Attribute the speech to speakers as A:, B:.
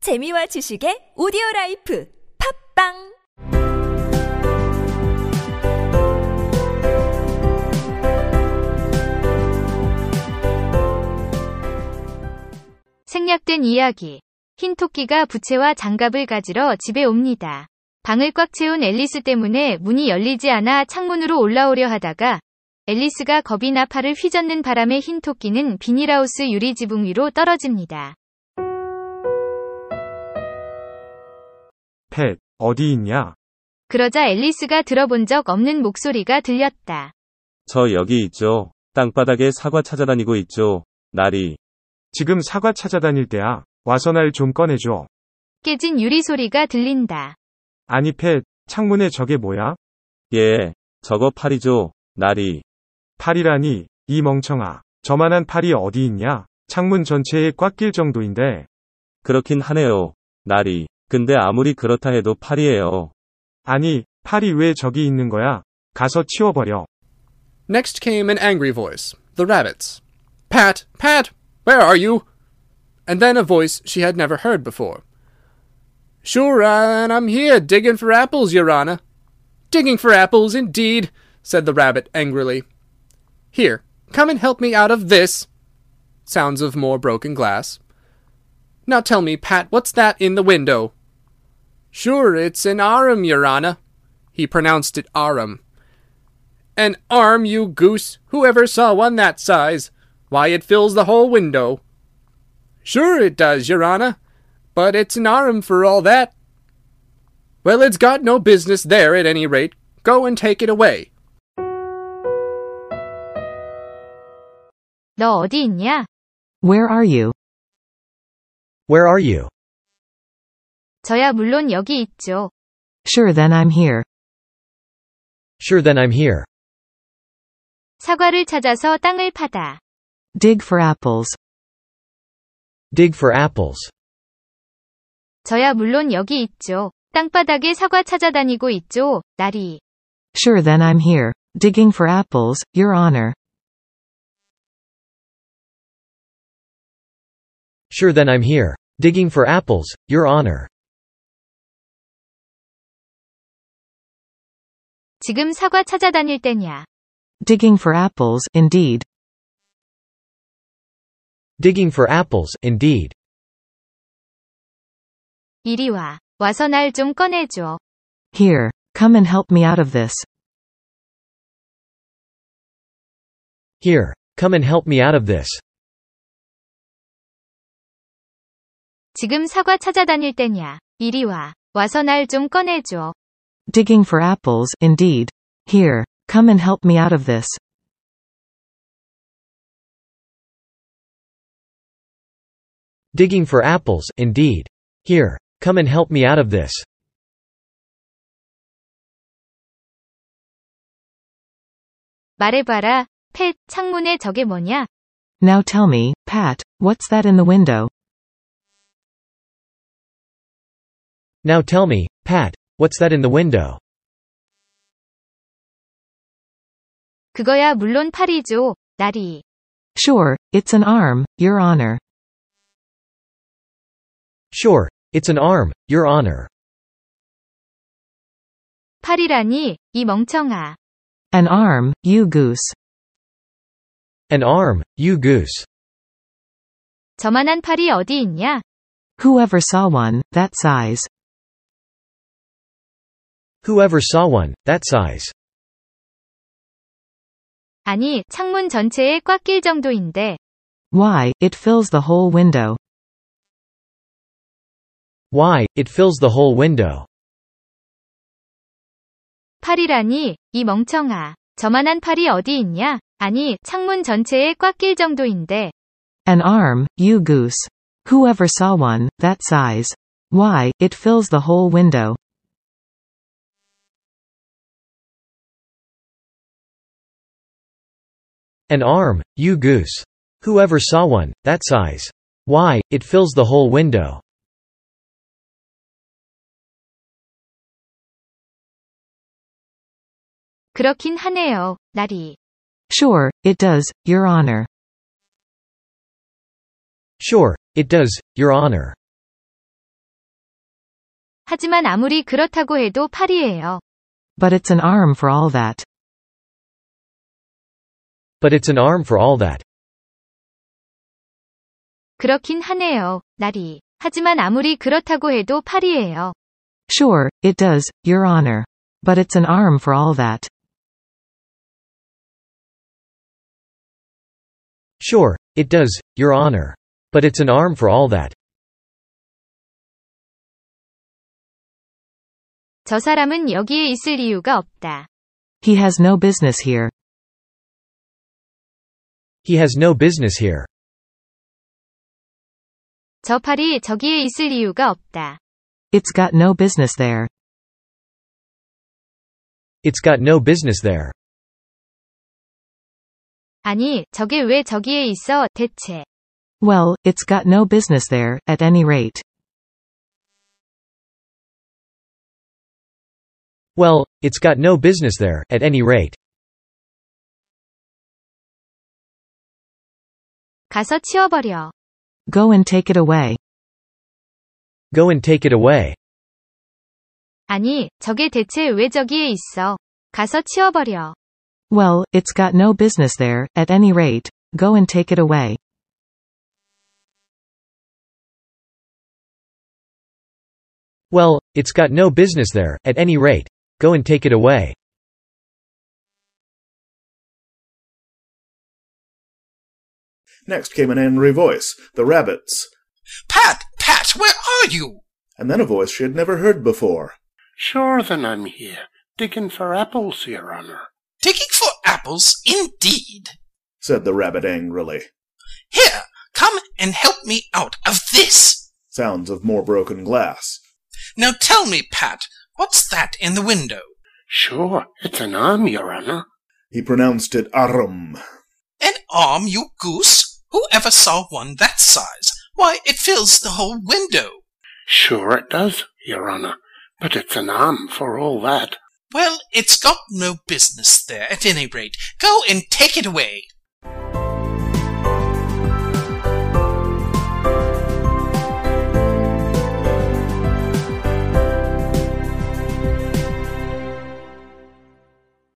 A: 재미와 지식의 오디오 라이프 팝빵
B: 생략된 이야기. 흰 토끼가 부채와 장갑을 가지러 집에 옵니다. 방을 꽉 채운 앨리스 때문에 문이 열리지 않아 창문으로 올라오려 하다가 앨리스가 겁이 나 팔을 휘젓는 바람에 흰 토끼는 비닐하우스 유리 지붕 위로 떨어집니다.
C: 펫, 어디 있냐?
B: 그러자 앨리스가 들어본 적 없는 목소리가 들렸다.
D: 저 여기 있죠. 땅바닥에 사과 찾아다니고 있죠. 나리.
C: 지금 사과 찾아다닐 때야. 와서 날 좀 꺼내줘.
B: 깨진 유리 소리가 들린다.
C: 아니 펫, 창문에 저게 뭐야?
D: 예. 저거 팔이죠. 나리.
C: 팔이라니, 이 멍청아. 저만한 팔이 어디 있냐? 창문 전체에 꽉 낄 정도인데.
D: 그렇긴 하네요. 나리. 근데 아무리 그렇다 해도 팔이에요.
C: 아니, 팔이 왜 저기 있는 거야? 가서 치워버려.
E: Next came an angry voice, the rabbit's. Pat, Pat, where are you? And then a voice she had never heard before. Sure, and I'm here digging for apples, Your Honor. Digging for apples, indeed, said the rabbit angrily. Here, come and help me out of this. Sounds of more broken glass. Now tell me, Pat, what's that in the window? Sure, it's an arum, Your Honor. He pronounced it arum. An arm, you goose! Whoever saw one that size? Why, it fills the whole window. Sure it does, Your Honor. But it's an arm for all that. Well, it's got no business there at any rate. Go and take it away.
B: 너 어디 있냐?
F: Where are you?
G: Where are you?
B: 저야 물론 여기 있죠.
F: Sure then I'm here.
G: Sure then I'm here.
B: 사과를 찾아서 땅을 파다.
F: Dig for apples.
G: Dig for apples.
B: 저야 물론 여기 있죠. 땅바닥에 사과 찾아다니고 있죠. 나리.
F: Sure then I'm here. Digging for apples, your honor.
G: Sure then I'm here. Digging for apples, Your Honor.
B: 지금 사과 찾아다닐 때냐.
F: Digging for apples, indeed.
G: Digging for apples, indeed.
B: 이리 와. 와서 날 좀 꺼내줘.
F: Here. Come and help me out of this.
G: Here. Come and help me out of this.
B: 지금 사과 찾아다닐 때냐. 이리 와. 와서 날 좀 꺼내줘.
F: Digging for apples, indeed. Here. Come and help me out of this.
G: Digging for apples, indeed. Here. Come and help me out of this.
B: 말해봐라. 펫, 창문에 저게 뭐냐?
F: Now tell me, Pat, what's that in the window?
G: Now tell me, Pat, what's that in the window?
B: 그거야 물론 팔이죠. 나리.
F: Sure, it's an arm, your honor.
G: Sure. It's an arm, Your Honor.
B: 팔이라니, 이 멍청아.
F: An arm, you goose.
G: An arm, you goose.
B: 저만한 팔이 어디 있냐?
F: Whoever saw one, that size.
G: Whoever saw one, that size.
B: 아니, 창문 전체에 꽉 낄 정도인데.
F: Why, it fills the whole window.
G: Why, it fills the whole window.
B: 팔이라니, 이 멍청아. 저만한 팔이 어디 있냐? 아니, 창문 전체에 꽉 낄 정도인데.
F: An arm, you goose. Whoever saw one, that size. Why, it fills the whole window.
G: An arm, you goose. Whoever saw one, that size. Why, it fills the whole window.
B: 그렇긴 하네요, 나리.
F: Sure, it does, your honor.
G: Sure, it does, Your Honor.
B: 하지만 아무리 그렇다고 해도 팔이에요.
F: But it's an arm for all that.
G: But it's an arm for all that.
B: 그렇긴 하네요. 날이. 하지만 아무리 그렇다고 해도 팔이에요.
F: Sure, it does, Your Honor. But it's an arm for all that.
G: Sure, it does, Your Honor. But it's an arm for all that.
B: 저 사람은 여기에 있을 이유가 없다.
F: He has no business here.
G: He has no business here.
B: 저 팔이 저기에 있을 이유가 없다.
F: It's got no business there.
G: It's got no business there.
B: 아니, 저게 왜 저기에 있어, 대체.
F: Well, it's got no business there, at any rate.
G: Well, it's got no business there, at any rate.
B: 가서 치워버려.
F: Go and take it away.
G: Go and take it away.
B: 아니, 저게 대체 왜 저기에 있어. 가서 치워버려.
F: Well, it's got no business there, at any rate. Go and take it away.
G: Well, it's got no business there, at any rate. Go and take it away.
H: Next came an angry voice, the rabbit's,
I: Pat, Pat, where are you?
H: and then a voice she had never heard before.
J: Sure, then I'm here, digging for apples, Your Honor.
I: Digging for apples, indeed.
H: Said the rabbit angrily.
I: Here, come and help me out of this.
H: Sounds of more broken glass.
I: Now tell me, Pat, what's that in the window?
J: Sure, it's an arm, Your Honor.
H: He pronounced it arum.
I: An arm, you goose? Who ever saw one that size? Why, it fills the whole window.
J: Sure it does, Your Honor. But it's an arm for all that.
I: Well, it's got no business there, at any rate. Go and take it away.